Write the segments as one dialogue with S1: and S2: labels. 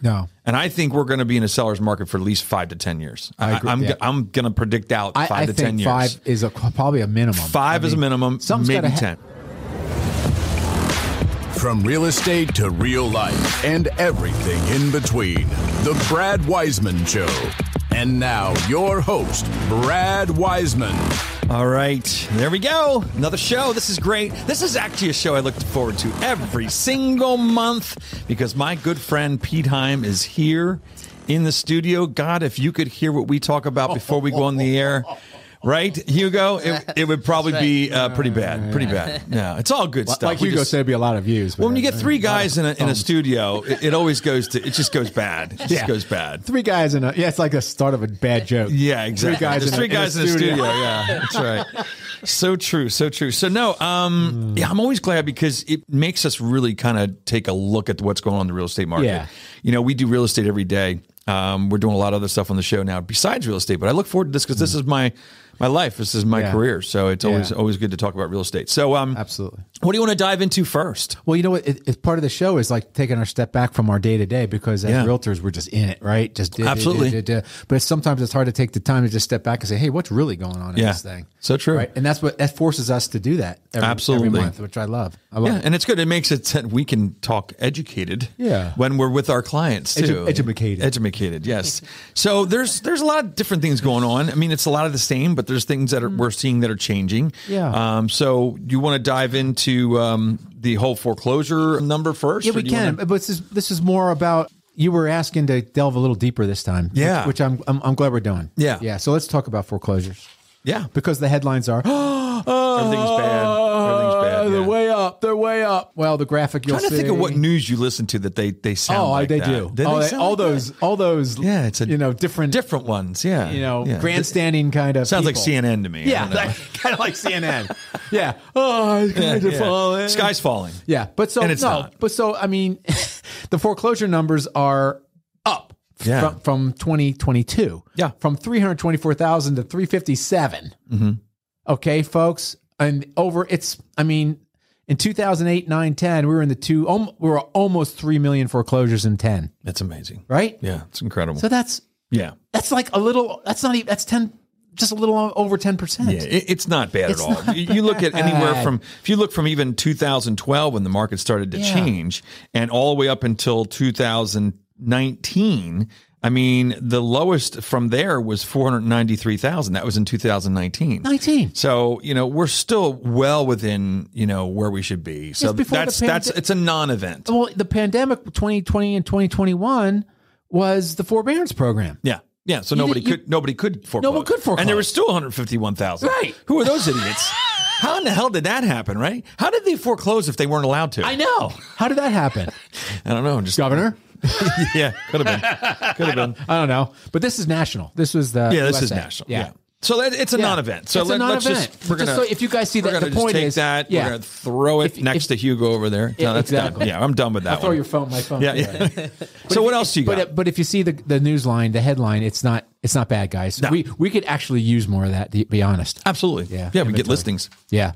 S1: No.
S2: And I think we're going to be in a seller's market for at least five to 10 years. I
S1: agree,
S2: am
S1: yeah.
S2: I'm going to predict out
S1: I,
S2: five
S1: I
S2: to
S1: think
S2: 10 years.
S1: five is a, probably a minimum.
S2: Five
S1: I
S2: is a
S1: mean,
S2: minimum,
S1: something's
S2: maybe
S1: gotta ha-
S2: 10.
S3: From real estate to real life and everything in between, The Brad Wiseman Show. And now, your host, Brad Wiseman.
S2: All right, there we go. Another show. This is great. This is actually a show I look forward to every single month because my good friend Pete Heim is here in the studio. God, if you could hear what we talk about before we go on the air. Right, Hugo? It, it would probably be uh, pretty bad. Pretty bad. Yeah, it's all good stuff.
S1: Like
S2: We
S1: Hugo
S2: just-
S1: said, it'd be a lot of views. but
S2: when you
S1: that-
S2: get three
S1: a lot of
S2: guys in a, in a
S1: thumbs.
S2: studio, it, it always goes to, it just goes bad. It just
S1: Yeah.
S2: goes bad.
S1: Three guys in a yeah, it's like the start of a bad joke.
S2: Yeah, exactly.
S1: guys
S2: There's
S1: in a-
S2: three
S1: in a
S2: guys in the
S1: studio.
S2: studio. Yeah, that's right. So true. So true. So no.
S1: Hmm.
S2: Um. Yeah, I'm always glad because it makes us really kind of take a look at what's going on in the real estate market.
S1: Yeah.
S2: You know, we do real estate every day. Um, we're doing a lot of other stuff on the show now besides real estate, but I look forward to this because this is my my life. This is my
S1: Hmm. Yeah.
S2: career. So it's always
S1: Yeah.
S2: always good to talk about real estate. So um,
S1: Absolutely.
S2: what do you want to dive into first?
S1: Well, you know what? It, it's part of the show is like taking our step back from our day to day because as
S2: Yeah.
S1: realtors, we're just in it, right? Just da- da- da-
S2: Absolutely.
S1: da- da. But it's- sometimes it's hard to take the time to just step back and say, "Hey, what's really going on in
S2: Yeah.
S1: this thing?"
S2: So true.
S1: right? And that's what that forces us to do that every, every
S2: Absolutely.
S1: month, which I love. I love
S2: Yeah,
S1: it.
S2: and it's good. It makes it that we can talk educated.
S1: Yeah.
S2: when we're with our clients too.
S1: Edu- educated.
S2: educated. Yes. so there's there's a lot of different things going on. I mean, it's a lot of the same, but there's things that are, we're seeing that are changing.
S1: Yeah.
S2: Um. So you want to dive into um, the whole foreclosure number first?
S1: Yeah,
S2: or
S1: we
S2: do you
S1: can.
S2: wanna-
S1: But this is, this is more about you were asking to delve a little deeper this time. which-
S2: Yeah.
S1: which, I'm, I'm I'm glad we're doing.
S2: Yeah.
S1: yeah. So let's talk about foreclosures
S2: yeah.
S1: because the headlines are
S2: Everything's bad. Everything's bad.
S1: "Ah, They're
S2: yeah.
S1: way up. They're way up. Well, the graphic you'll
S2: I'm trying
S1: see.
S2: to think of what news you listen to that they they sound.
S1: Oh,
S2: like
S1: they
S2: that.
S1: do.
S2: They
S1: oh, they-
S2: sound
S1: all
S2: like that?
S1: those, all those.
S2: Yeah, it's a
S1: you know different,
S2: different ones. Yeah.
S1: you know
S2: Yeah.
S1: grandstanding kind of.
S2: Sounds
S1: people.
S2: like CNN to me. I
S1: Yeah,
S2: don't know.
S1: kind of like CNN. yeah. Oh, it's
S2: Yeah,
S1: going to
S2: yeah.
S1: fall in.
S2: Sky's falling.
S1: Yeah, but so
S2: And it's
S1: no,
S2: not.
S1: but so I mean, the foreclosure numbers are up
S2: Yeah.
S1: from, from 2022.
S2: Yeah. Mm-hmm.
S1: from 324,000 to 357. Okay, folks, and over it's I mean, in 2008, 9, 10, we were in the two um, we were almost 3 million foreclosures in 10,
S2: That's amazing.
S1: right?
S2: Yeah, it's incredible.
S1: So that's
S2: yeah.
S1: that's like a little that's not even that's 10 just a little over 10%.
S2: Yeah, it, it's not bad at all. You you look at anywhere
S1: bad.
S2: from if you look from even 2012 when the market started to
S1: Yeah.
S2: change and all the way up until 2019, I mean, the lowest from there was 493,000. That was in 2019.
S1: 19.
S2: So, you know, we're still well within, you know, where we should be. So
S1: Yes, before the
S2: that's that's
S1: pande-
S2: it's a non-event.
S1: Well, the pandemic 2020 and 2021 was the forbearance program.
S2: Yeah. Yeah, so nobody
S1: did- you-
S2: could nobody could foreclose.
S1: one could
S2: And there
S1: foreclose.
S2: was still 151,000.
S1: Right.
S2: Who are those idiots? How in the hell did that happen, right? How did they foreclose if they weren't allowed to?
S1: I know. How did that happen,
S2: I don't know. Just
S1: Governor?
S2: yeah, could have been. Could have been.
S1: I don't know. But this is national. This was the
S2: Yeah, this is
S1: USA.
S2: national. Yeah. So that, it's a
S1: Yeah.
S2: non-event. So
S1: It's a
S2: let, us
S1: non-event.
S2: just we're
S1: Just
S2: gonna.
S1: so if you guys see
S2: we're
S1: that,
S2: gonna
S1: the
S2: just
S1: point
S2: take
S1: is-
S2: that.
S1: yeah.
S2: We're gonna throw it
S1: If-
S2: next
S1: if-
S2: to Hugo over there. No, that's done.
S1: exactly.
S2: Yeah, I'm done with that.
S1: I throw
S2: one.
S1: your phone, my phone.
S2: Yeah, yeah. so what else do you got?
S1: But but if you see the the news line, the headline, it's not it's not bad, guys. We we could actually use more of that. To be honest.
S2: Absolutely.
S1: Yeah,
S2: Yeah, we get
S1: inventory.
S2: listings.
S1: Yeah.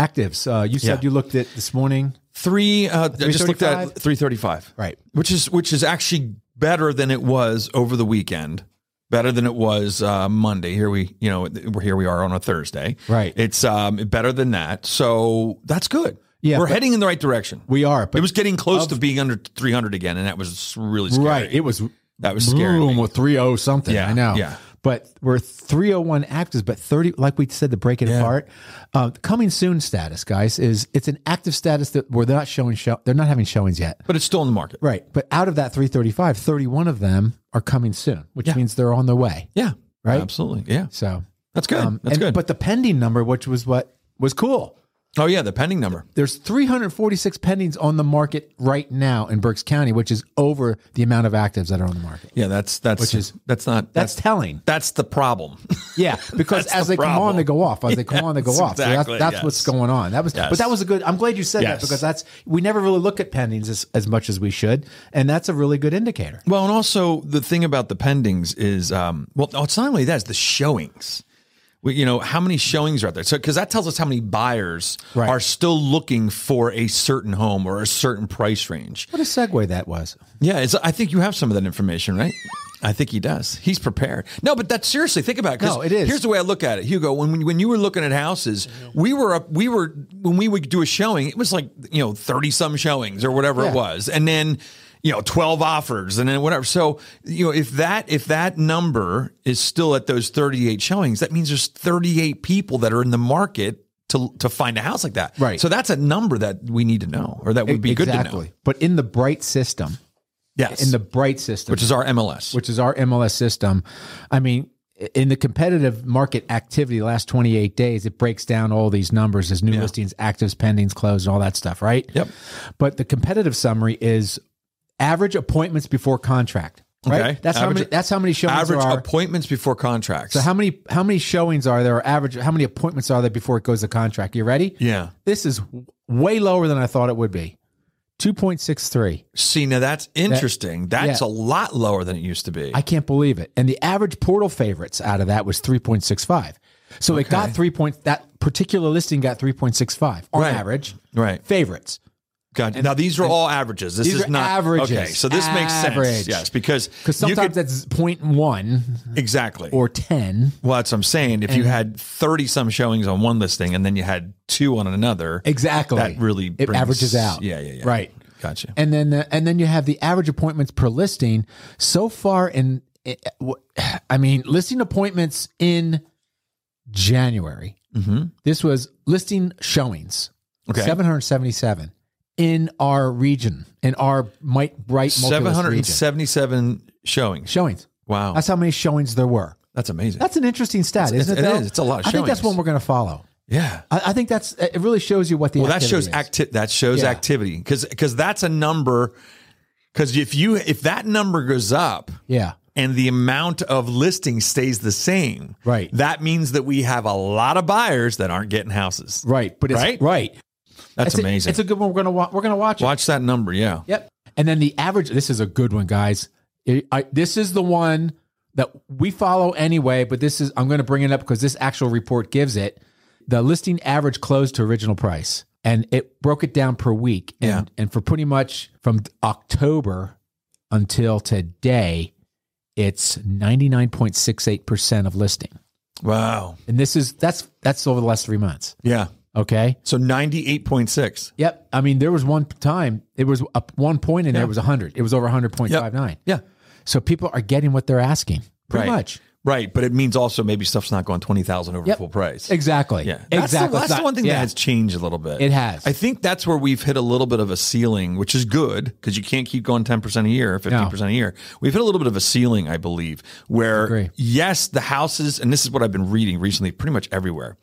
S1: Actives. Uh, you said
S2: Mm-hmm. Yeah.
S1: you looked at this morning.
S2: Three. Uh, I just looked at
S1: 335?
S2: three thirty-five.
S1: Right.
S2: Which is which is actually better than it was over the weekend. Better than it was uh, Monday. Here we, you know, we're here we are on a Thursday.
S1: Right.
S2: It's um, better than that. So that's good.
S1: Yeah,
S2: We're
S1: but-
S2: heading in the right direction.
S1: We are. But
S2: it was getting close to being under 300 again, and that was really scary.
S1: right. It was
S2: That was scary.
S1: Boom, with three oh something.
S2: Yeah,
S1: I know.
S2: yeah.
S1: But we're three oh one actives, but thirty like we said to break it apart. Uh, coming soon status, guys, is it's an active status that where they're not showing show they're not having showings yet.
S2: but it's still in the market.
S1: Right. But out of that 335, 31 of them are coming soon, which means they're on their way.
S2: Yeah.
S1: Right?
S2: Absolutely. Yeah.
S1: So um,
S2: That's good. That's
S1: and-
S2: good.
S1: But the pending number, which was what was cool.
S2: Oh yeah, the pending number.
S1: There's 346 pendings on the market right now in Berks County, which is over the amount of actives that are on the market.
S2: Yeah, that's that's
S1: Which is-
S2: that's not
S1: That's
S2: that's
S1: telling.
S2: that's the problem.
S1: Yeah, because
S2: That's
S1: as
S2: the
S1: they come on,
S2: problem.
S1: they go off. As they come on, they go off. So that's-
S2: exactly,
S1: that's
S2: yes.
S1: what's going on. That was,
S2: Yes.
S1: but that was a good. I'm glad you said
S2: Yes.
S1: that because that's we never really look at pendings as, as much as we should, and that's a really good indicator.
S2: well, and also the thing about the pendings is, um, well, no, it's not only that; it's the showings. We, you know how many showings are out there, so because that tells us how many buyers
S1: Right.
S2: are still looking for a certain home or a certain price range.
S1: What a segue that was.
S2: Yeah, it's, I think you have some of that information, right? I think he does. He's prepared. No, but that's seriously. Think about it. 'cause
S1: No, it is. Mm-hmm.
S2: Here's the way I look at it, Hugo. When when, when you were looking at houses, we were up. We were when we would do a showing. It was like you know thirty some showings or whatever
S1: Yeah.
S2: it was, and then you know twelve offers and then whatever. So you know if that if that number is still at those thirty eight showings, that means there's thirty eight people that are in the market. To, to find a house like that.
S1: Right. E,
S2: So that's a number that we need to know or that would be good to know.
S1: But in the bright system,
S2: Yes.
S1: in the bright system,
S2: which is our MLS.
S1: which is our MLS system. I mean, in the competitive market activity the last 28 days, it breaks down all these numbers as new listings, actives, pendings, closed, all that stuff, right?
S2: Yep.
S1: But the competitive summary is average appointments before contract. Right.
S2: Okay.
S1: That's how
S2: Average-
S1: many. That's how many showings there
S2: average
S1: are.
S2: appointments before contracts.
S1: how many how many showings are there? Or average how many appointments are there before it goes to contract? You ready?
S2: yeah.
S1: This is w- way lower than I thought it would be. Two point six three.
S2: See, now that's interesting. that's
S1: yeah.
S2: a lot lower than it used to be.
S1: I can't believe it. And the average portal favorites out of that was 3.65. So it got 3 point that particular listing got 3.65 on
S2: Right.
S1: average.
S2: right.
S1: Favorites.
S2: Gotcha. now these are all averages. This
S1: These
S2: is
S1: are
S2: not
S1: averages.
S2: Okay, so this makes sense.
S1: Average.
S2: Yes, because
S1: Cuz
S2: you
S1: sometimes
S2: could-
S1: that's 0.1
S2: exactly.
S1: or 10.
S2: well, that's what I'm saying. If you had 30 some showings on one listing and then you had two on another,
S1: Exactly.
S2: that really
S1: it
S2: brings-
S1: averages out.
S2: Yeah, yeah, yeah.
S1: Right.
S2: Gotcha.
S1: And then uh, and then you have the average appointments per listing so far in eh, I mean listing appointments in January. This was listing showings.
S2: Mm-hmm. Okay.
S1: 777 in our region, in our might bright multi region.
S2: 777 showings.
S1: Showings.
S2: Wow.
S1: That's how many showings there were.
S2: That's amazing.
S1: That's an interesting stat,
S2: It's-
S1: isn't it?
S2: it
S1: though?
S2: is. It's a lot of
S1: I think that's
S2: showings.
S1: one we're going to follow.
S2: yeah.
S1: I, I think that's it. Really shows you what the
S2: Well, that shows
S1: activity is.
S2: acti- that shows
S1: Yeah.
S2: activity because because that's a number because if you if that number goes up
S1: Yeah,
S2: and the amount of listings stays the same,
S1: Right.
S2: That means that we have a lot of buyers that aren't getting houses.
S1: right. But it's,
S2: Right?
S1: right.
S2: That's
S1: It's a-
S2: amazing.
S1: it's a good one. We're gonna wa- we're gonna watch it.
S2: Watch that number, yeah.
S1: Yep. And then the average. This is a good one, guys. It- I, this is the one that we follow anyway. But this is I'm going to bring it up because this actual report gives it the listing average closed to original price, and it broke it down per week. And,
S2: Yeah.
S1: And for pretty much from October until today, it's 99.68 percent of listing.
S2: Wow,
S1: And this is that's that's over the last three months.
S2: yeah.
S1: Okay.
S2: So ninety eight point six.
S1: Yep. I mean, there was one time it was up one point and there was 100. It was over 100.59.
S2: Yeah,
S1: So people are getting what they're asking, pretty
S2: Right.
S1: much.
S2: right. But it means also maybe stuff's not going twenty thousand over full price.
S1: Exactly.
S2: Yeah, that's the-
S1: Exactly.
S2: that's
S1: It's
S2: the
S1: not-
S2: one thing
S1: yeah.
S2: that has changed a little bit.
S1: It has.
S2: I think that's where we've hit a little bit of a ceiling, which is good because you can't keep going ten percent a year, fifteen percent a year. We've hit a little bit of a ceiling, I believe, where
S1: agree.
S2: yes, the houses, and this is what I've been reading recently, pretty much everywhere.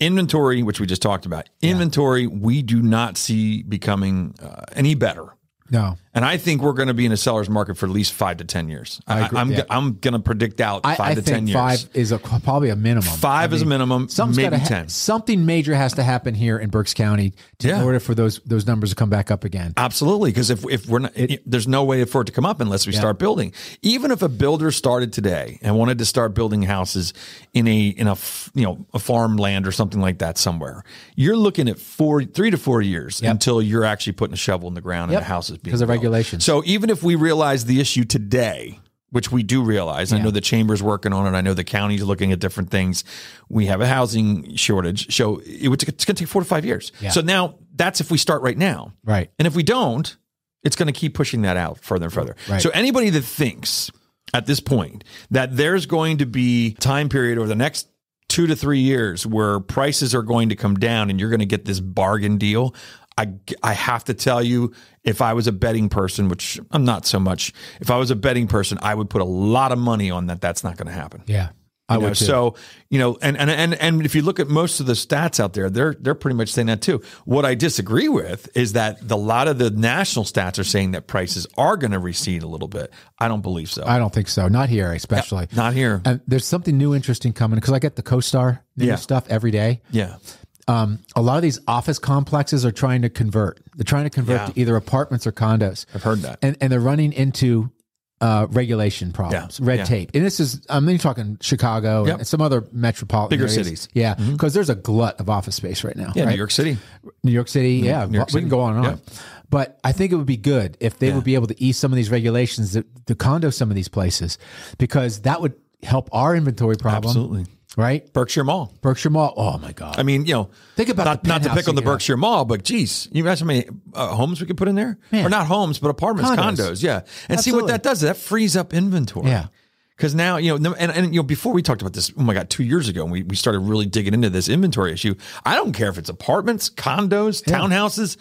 S2: Inventory, which we just talked about, inventory, we do not see becoming uh, any better.
S1: No.
S2: And I think we're going to be in a seller's market for at least five to ten years. I
S1: agree,
S2: am
S1: yeah.
S2: I'm going to predict out
S1: I,
S2: five
S1: I
S2: to
S1: think
S2: ten years.
S1: five is a, probably a minimum.
S2: Five is a minimum,
S1: Something's
S2: maybe
S1: gotta ha-
S2: ten.
S1: Something major has to happen here in Berks County to,
S2: Yeah.
S1: in order for those those numbers to come back up again.
S2: Absolutely, because if if we're not, there's no way for it to come up unless we start building. Even if a builder started today and wanted to start building houses in a in a f- you know a farmland or something like that somewhere, you're looking at four three to four years until you're actually putting a shovel in the ground and
S1: Yep.
S2: the house is being
S1: 'Cause of
S2: built.
S1: regulations.
S2: So even if we realize the issue today, which we do realize, I know the chamber's working on it. I know the county's looking at different things. We have a housing shortage, so it would, it's going to take four to five years. So now that's if we start right now.
S1: Right.
S2: And if we don't, it's going to keep pushing that out further and further.
S1: Right.
S2: So anybody that thinks at this point that there's going to be time period over the next two to three years where prices are going to come down and you're going to get this bargain deal. I, I have to tell you, if I was a betting person, which I'm not so much, if I was a betting person, I would put a lot of money on that. That's not going to happen.
S1: Yeah.
S2: I know,
S1: would too.
S2: So you know, and and and and if you look at most of the stats out there, they're they're pretty much saying that too. What I disagree with is that the, a lot of the national stats are saying that prices are going to recede a little bit. I don't believe so.
S1: I don't think so. Not here, especially.
S2: Not here.
S1: And there's something new, interesting coming because I get the CoStar new
S2: Yeah.
S1: stuff every day.
S2: yeah,
S1: Um, a lot of these office complexes are trying to convert. They're trying to convert
S2: Yeah.
S1: to either apartments or condos.
S2: I've heard that.
S1: and and they're running into uh, regulation problems, red
S2: Yeah.
S1: tape, and this is I'm mean, talking Chicago
S2: Yep.
S1: and some other metropolitan
S2: Bigger
S1: areas.
S2: cities. Mm-hmm.
S1: yeah, because there's a glut of office space right now.
S2: yeah,
S1: right?
S2: New York City.
S1: New York City, yeah,
S2: New York
S1: we can go on and on. But I think it would be good if they would be able to ease some of these regulations that to condo some of these places because that would help our inventory problem,
S2: Absolutely.
S1: right?
S2: Berkshire Mall.
S1: Berkshire Mall. Oh my God,
S2: I mean, you know,
S1: Think about
S2: not,
S1: the
S2: not to
S1: penthouse
S2: pick on the
S1: you get.
S2: Berkshire Mall, but geez, you imagine how many uh, homes we could put in there,
S1: Man.
S2: or not homes, but apartments,
S1: Condos.
S2: condos, yeah, and see what
S1: Absolutely.
S2: that does. That frees up inventory,
S1: Yeah.
S2: Because now you know, no- and, and you know, before we talked about this, oh my god, two years ago, and we, we started really digging into this inventory issue. I don't care if it's apartments, condos, townhouses.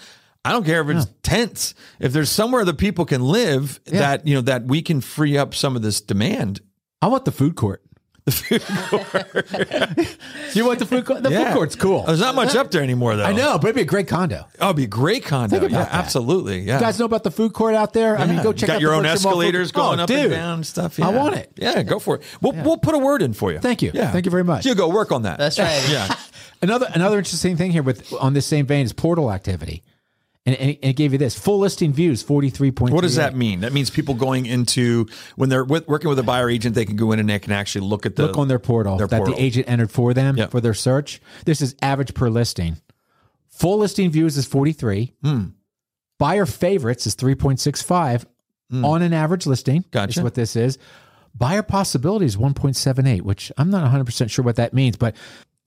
S2: I don't care if it's tents. If there's somewhere that people can live, that you know, that we can free up some of this demand.
S1: I want the food court. The food court. you want the food court? The food court's cool.
S2: There's not much up there anymore, though.
S1: I know, but it'd be a great condo.
S2: Oh, it'd be a great condo.
S1: Think about
S2: yeah,
S1: that.
S2: absolutely. Yeah.
S1: You guys know about the food court out there? I mean,
S2: Yeah,
S1: go
S2: you
S1: check
S2: got
S1: out
S2: your
S1: the
S2: own
S1: Berkshire Mall food-
S2: escalators going
S1: Oh,
S2: up
S1: dude.
S2: and down and stuff.
S1: I
S2: Yeah.
S1: want it.
S2: Yeah, go for it. We'll, we'll put a word in for you.
S1: Thank you.
S2: Yeah.
S1: Thank you very much.
S2: You go work on that.
S4: That's right.
S2: Yeah.
S1: Another another interesting thing here with on this same vein is portal activity, and, and it gave you this full listing views forty three point.
S2: What does that mean? That means people going into when they're with, working with a buyer agent, they can go in and they can actually look at the
S1: Look on their portal
S2: Their
S1: that
S2: portal.
S1: the agent entered for them
S2: Yep.
S1: for their search. This is average per listing. Full listing views is forty three.
S2: Hmm.
S1: Buyer favorites is three point six five on an average listing.
S2: Hmm. Gotcha.
S1: Is what this is. Buyer possibility is one point seven eight, which I'm not one hundred percent sure what that means, but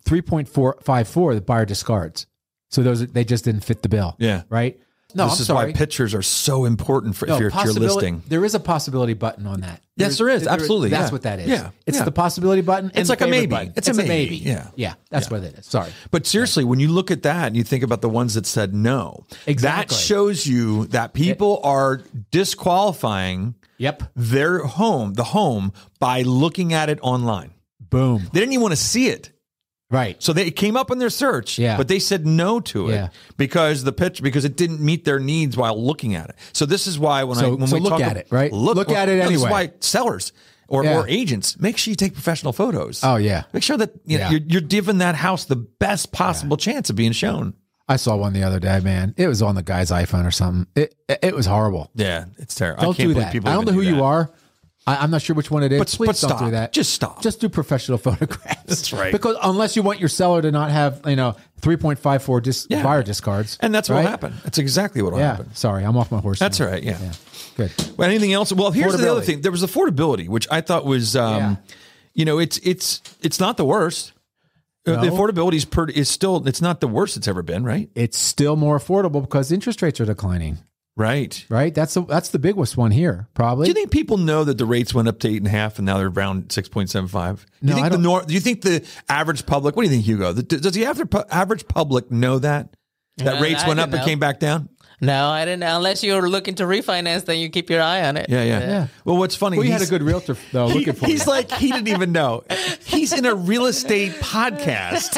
S1: three point four five four the buyer discards. So those they just didn't fit the bill.
S2: Yeah.
S1: Right. No,
S2: This
S1: I'm
S2: is
S1: sorry.
S2: why pictures are so important for
S1: No,
S2: if you're, if you're
S1: possibili-
S2: listing.
S1: There is a possibility button on that.
S2: Yes, there is. Absolutely.
S1: That's
S2: Yeah.
S1: what that is.
S2: Yeah.
S1: It's
S2: Yeah.
S1: the possibility button. and
S2: It's
S1: the
S2: like a
S1: favorite
S2: maybe.
S1: button.
S2: It's a maybe. Yeah.
S1: Yeah. That's what it is. Sorry.
S2: But seriously, when you look at that and you think about the ones that said no,
S1: Exactly.
S2: that shows you that people are disqualifying
S1: Yep.
S2: their home, the home, by looking at it online.
S1: Boom.
S2: They didn't even want to see it.
S1: Right.
S2: So they it came up in their search,
S1: Yeah.
S2: but they said no to it
S1: Yeah.
S2: because the pitch because it didn't meet their needs while looking at it. So this is why when I
S1: So-
S2: when
S1: so
S2: we
S1: look
S2: talk
S1: at
S2: ab-
S1: it, right? Look at
S2: no,
S1: it
S2: This
S1: anyway.
S2: is why sellers or,
S1: Yeah.
S2: or agents make sure you take professional photos.
S1: Oh, yeah.
S2: make sure that you know,
S1: Yeah.
S2: you're, you're giving that house the best possible chance of being shown.
S1: I saw one the other day, man. It was on the guy's iPhone or something. It it was horrible.
S2: Yeah, it's terrible.
S1: Don't
S2: I can't
S1: do
S2: believe
S1: that. I
S2: people
S1: don't know
S2: even
S1: who
S2: do
S1: you
S2: that.
S1: are. I, I'm not sure which one it is.
S2: But-
S1: Please
S2: but
S1: don't do
S2: stop.
S1: that.
S2: Just stop.
S1: Just do professional photographs.
S2: That's right.
S1: Because unless you want your seller to not have, you know, 3.54 dis-
S2: Yeah.
S1: buyer discards.
S2: And that's
S1: right?
S2: what'll happen. That's exactly what'll
S1: Yeah.
S2: happen.
S1: Sorry. I'm off my horse.
S2: That's
S1: now.
S2: all right. yeah.
S1: Good.
S2: Well, anything else? Well, here's the other
S1: Affordability.
S2: thing. There was affordability, which I thought was, um,
S1: Yeah.
S2: you know, it's it's it's not the worst. Uh, The
S1: No.
S2: affordability is per, is still it's not the worst it's ever been, right?
S1: It's still more affordable because interest rates are declining.
S2: Right.
S1: right? That's the that's the biggest one here,
S2: Do
S1: probably.
S2: you think people know that the rates went up to eight and a half, and now they're around six point seven five? Do
S1: No,
S2: you think
S1: I
S2: the
S1: don't-
S2: nor- Do you think the average public? What do you think, Hugo? The- Does the average pu- average public know that that
S4: No,
S2: rates
S4: Uh, I
S2: went
S4: don't
S2: up
S4: know.
S2: and came back down?
S4: No, I didn't. Unless you're looking to refinance, then you keep your eye on it.
S2: Yeah, yeah.
S1: Yeah.
S2: Well, what's funny?
S1: we had a
S2: he's-
S1: good realtor though looking for
S2: He's
S1: you.
S2: like he didn't even know. He's in a real estate podcast.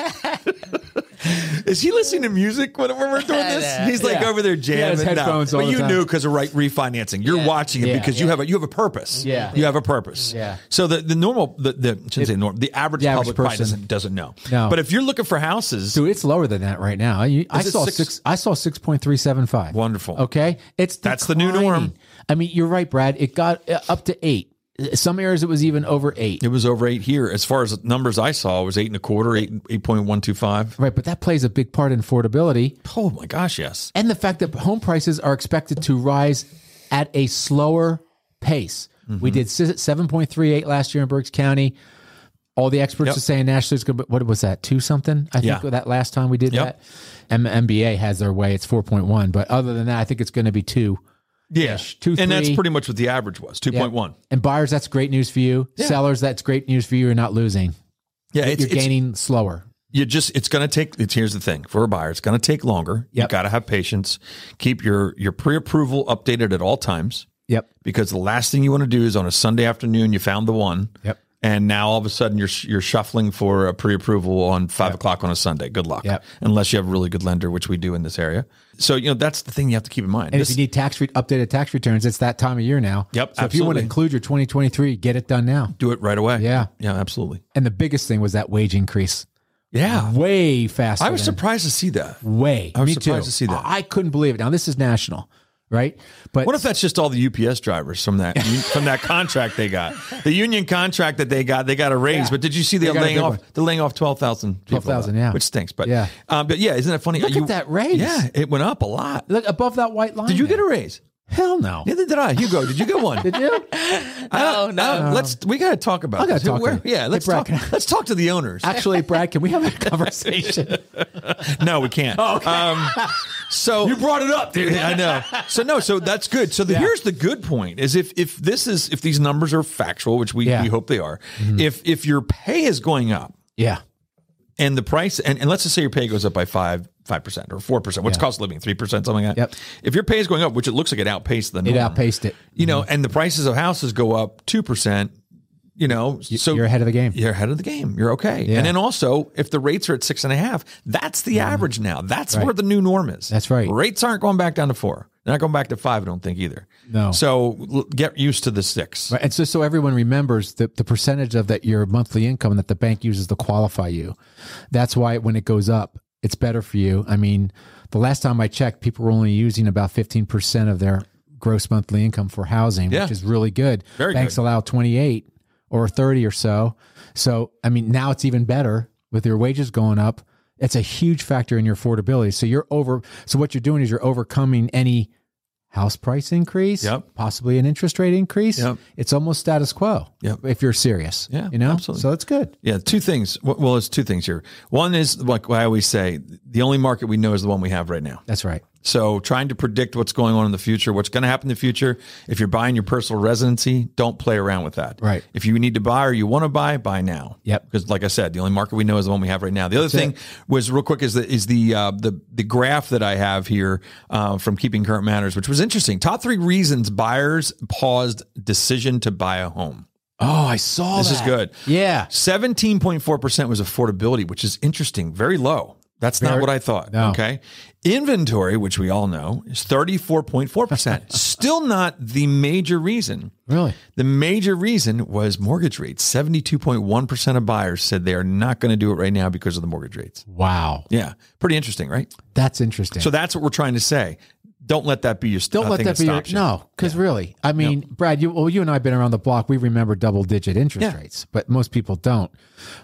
S2: Is he listening to music when when we're doing this? He's like
S1: Yeah.
S2: over there
S1: He had
S2: jamming.
S1: his headphones
S2: no.
S1: all
S2: but
S1: the
S2: you
S1: time.
S2: knew because of right refinancing. You're
S4: Yeah.
S2: watching it
S1: Yeah.
S2: because you have a you have a purpose.
S1: Yeah.
S2: you have a purpose.
S1: Yeah.
S2: So the, the normal the, the shouldn't say normal the average,
S1: The average
S2: public probably
S1: person.
S2: doesn't doesn't know.
S1: No.
S2: But if you're looking for houses,
S1: Dude, it's lower than that right now. You- I
S2: Is it
S1: saw
S2: six-
S1: six, I saw six point three seven five.
S2: Wonderful.
S1: Okay, it's
S2: That's the new norm.
S1: declining. I mean, you're right, Brad. It got uh, up to eight. Some areas it was even over eight.
S2: it was over eight here. As far as numbers I saw, it was eight and a quarter, eight eight point one two five.
S1: Right, but that plays a big part in affordability
S2: Oh my gosh, yes.
S1: and the fact that home prices are expected to rise at a slower pace.
S2: Mm-hmm.
S1: We did seven point three eight last year in Berks County. All the experts
S2: Yep.
S1: are saying nationally it's going to be, what was that, two something? I think
S2: Yeah.
S1: that last time we did
S2: Yep.
S1: that. M- MBA has their way. It's 4.1. But other than that, I think it's going to be two.
S2: Yeah,
S1: Two,
S2: and that's
S1: three.
S2: pretty much what the average was, two
S1: Yeah.
S2: point one.
S1: And buyers, that's great news for you. Sellers, that's great news for you. You're not losing,
S2: Yeah, it's,
S1: you're
S2: it's-
S1: gaining slower.
S2: you just it's going to take. It's, here's the thing for a buyer, it's going to take longer. You
S1: Yep.
S2: got to have patience. Keep your your pre approval updated at all times
S1: Yep.
S2: because the last thing you want to do is on a Sunday afternoon you found the one.
S1: Yep.
S2: and now all of a sudden you're you're shuffling for a pre-approval on five o'clock on a Sunday. Good luck,
S1: Yep.
S2: unless you have a really good lender, which we do in this area. So you know that's the thing you have to keep in mind.
S1: And
S2: This-
S1: if you need tax re- updated tax returns, it's that time of year now.
S2: Yep,
S1: So if you want
S2: absolutely.
S1: to include your 2023, get it done now.
S2: do it right away.
S1: Yeah.
S2: yeah, absolutely.
S1: And the biggest thing was that wage increase, Oh,
S2: Yeah,
S1: way faster.
S2: I was
S1: than-
S2: surprised to see that.
S1: Way.
S2: I was
S1: Me
S2: surprised
S1: too.
S2: to see that.
S1: I I couldn't believe it. Now this is national, right? But
S2: What if that's just all the UPS drivers from that from that contract they got? The union contract that they got, they got a raise. But did you see they're
S1: got a
S2: laying
S1: big
S2: off?
S1: one.
S2: They're laying off twelve thousand.
S1: 12,000, yeah.
S2: which stinks. But
S1: Yeah.
S2: um, but yeah, isn't it funny?
S1: Look at that raise.
S2: Yeah, it went up a lot.
S1: look above that white line.
S2: Did you get
S1: there.
S2: a raise?
S1: hell no?
S2: Neither did I. Hugo, did you get one?
S1: Did you?
S2: I don't-
S4: No,
S2: I don't-
S4: no.
S2: Let's we got to talk about.
S1: I gotta
S2: this.
S1: talk to
S2: Where-
S1: you.
S2: yeah,
S1: Hey,
S2: let's
S1: Brad,
S2: talk.
S1: can I-
S2: Let's talk to the owners.
S1: Actually, Brad, can we have a conversation?
S2: no, we can't. Um, so you brought it up, dude. I know. So no, so that's good. So the, here's the good point: is if if this is if these numbers are factual, which we,
S1: Yeah.
S2: we hope they are, if if your pay is going up
S1: yeah.
S2: and the price, and, and let's just say your pay goes up by five five percent or four percent, what's cost of living three percent, something like that.
S1: Yep.
S2: If your pay is going up, which it looks like it outpaced the norm,
S1: It outpaced it.
S2: You know, and the prices of houses go up two percent. You know, so
S1: You're ahead of the game.
S2: you're ahead of the game. You're okay.
S1: Yeah. Mm-hmm.
S2: And then also, if the rates are at six and a half, that's the average now. That's where the new norm is.
S1: That's right.
S2: Rates aren't going back down to four. They're not going back to five. I don't think either.
S1: No.
S2: So l- get used to the six.
S1: Right. And so, so everyone remembers the, the percentage of that your monthly income that the bank uses to qualify you. That's why when it goes up, it's better for you. I mean, the last time I checked, people were only using about 15% of their gross monthly income for housing,
S2: Yeah.
S1: which is really good.
S2: Very
S1: Banks
S2: good.
S1: allow 28 or 30 or so. So, I mean, now it's even better with your wages going up. It's a huge factor in your affordability. So you're over. So what you're doing is you're overcoming any house price increase,
S2: Yep.
S1: possibly an interest rate increase.
S2: Yep.
S1: It's almost status quo.
S2: Yep.
S1: If you're serious.
S2: Yeah,
S1: You know?
S2: absolutely.
S1: So that's good.
S2: Yeah, two things. W- Well, it's two things here. One is like I always say, the only market we know is the one we have right now.
S1: That's right.
S2: So trying to predict what's going on in the future, what's going to happen in the future. If you're buying your personal residency, don't play around with that.
S1: Right.
S2: If you need to buy or you want to buy, buy now.
S1: Yep.
S2: Because like I said, the only market we know is the one we have right now. The other thing was real quick is the is the uh, the the graph that I have here uh, from Keeping Current Matters, which was interesting. Top three reasons buyers paused decision to buy a home.
S1: Oh, I saw
S2: This
S1: is
S2: is good.
S1: Yeah.
S2: 17.4% was affordability, which is interesting, very low. That's not what I thought.
S1: no.
S2: Okay. Inventory, which we all know, is 34.4%. Still not the major reason.
S1: Really?
S2: The major reason was mortgage rates. 72.1% of buyers said they are not going to do it right now because of the mortgage rates.
S1: Wow.
S2: Yeah. Pretty interesting, right?
S1: That's interesting.
S2: So that's what we're trying to say. Don't let that be your st-
S1: don't
S2: uh,
S1: let
S2: thing
S1: that be your,
S2: stops you.
S1: no, because really, I mean, Brad, you well, you and I have been around the block. We remember double digit interest
S2: Yeah.
S1: rates, but most people don't.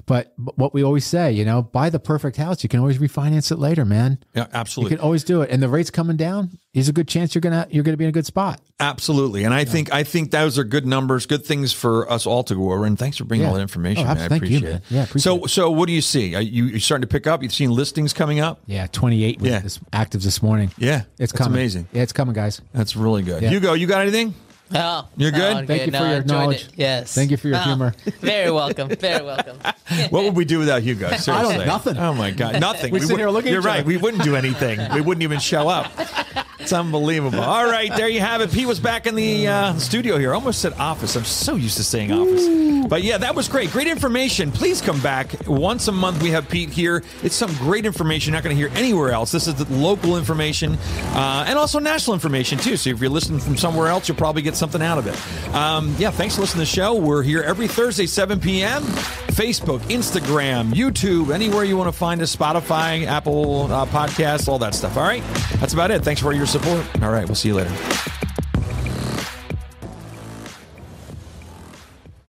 S1: But, but what we always say, you know, buy the perfect house. You can always refinance it later, man.
S2: Yeah,
S1: You
S2: absolutely.
S1: can always do it, and the rates coming down is a good chance you're gonna you're gonna be in a good spot.
S2: Absolutely, and I think I think those are good numbers, good things for us all to go over. And thanks for bringing
S1: Yeah.
S2: all that information.
S1: Oh,
S2: man. I
S1: abs- thank you,
S2: appreciate
S1: man.
S2: it.
S1: Yeah, appreciate
S2: so so what do you see? Are you you're starting to pick up. You've seen listings coming up.
S1: Yeah, 28 was
S2: Yeah.
S1: this active this morning.
S2: Yeah,
S1: It's
S2: that's
S1: coming.
S2: amazing.
S1: Yeah, it's coming, guys.
S2: That's really good. Hugo, you got anything?
S4: Oh,
S2: You're good?
S4: I'm
S1: Thank you for
S4: I
S1: your
S4: enjoyed
S1: knowledge.
S4: It. Yes. Oh,
S1: Thank you for your humor.
S4: Very welcome. Very welcome.
S2: What would we do without Hugo? Seriously,
S1: nothing.
S2: Oh my god, nothing.
S1: We'd sit
S2: wouldn't-
S1: here looking at
S2: You're
S1: each
S2: right.
S1: other.
S2: We wouldn't do anything. We wouldn't even show up. It's unbelievable. All right, there you have it. Pete was back in the uh, studio here. Almost said office. I'm so used to saying office. But yeah, that was great. Great information. Please come back once a month. We have Pete here. It's some great information you're not going to hear anywhere else. This is the local information uh, and also national information too. So if you're listening from somewhere else, you'll probably get something out of it. Um, yeah, thanks for listening to the show. We're here every Thursday, 7 p.m. Facebook, Instagram, YouTube, anywhere you want to find us, Spotify, Apple uh, Podcasts, all that stuff. All right, that's about it. Thanks for your support. All right, we'll see you later.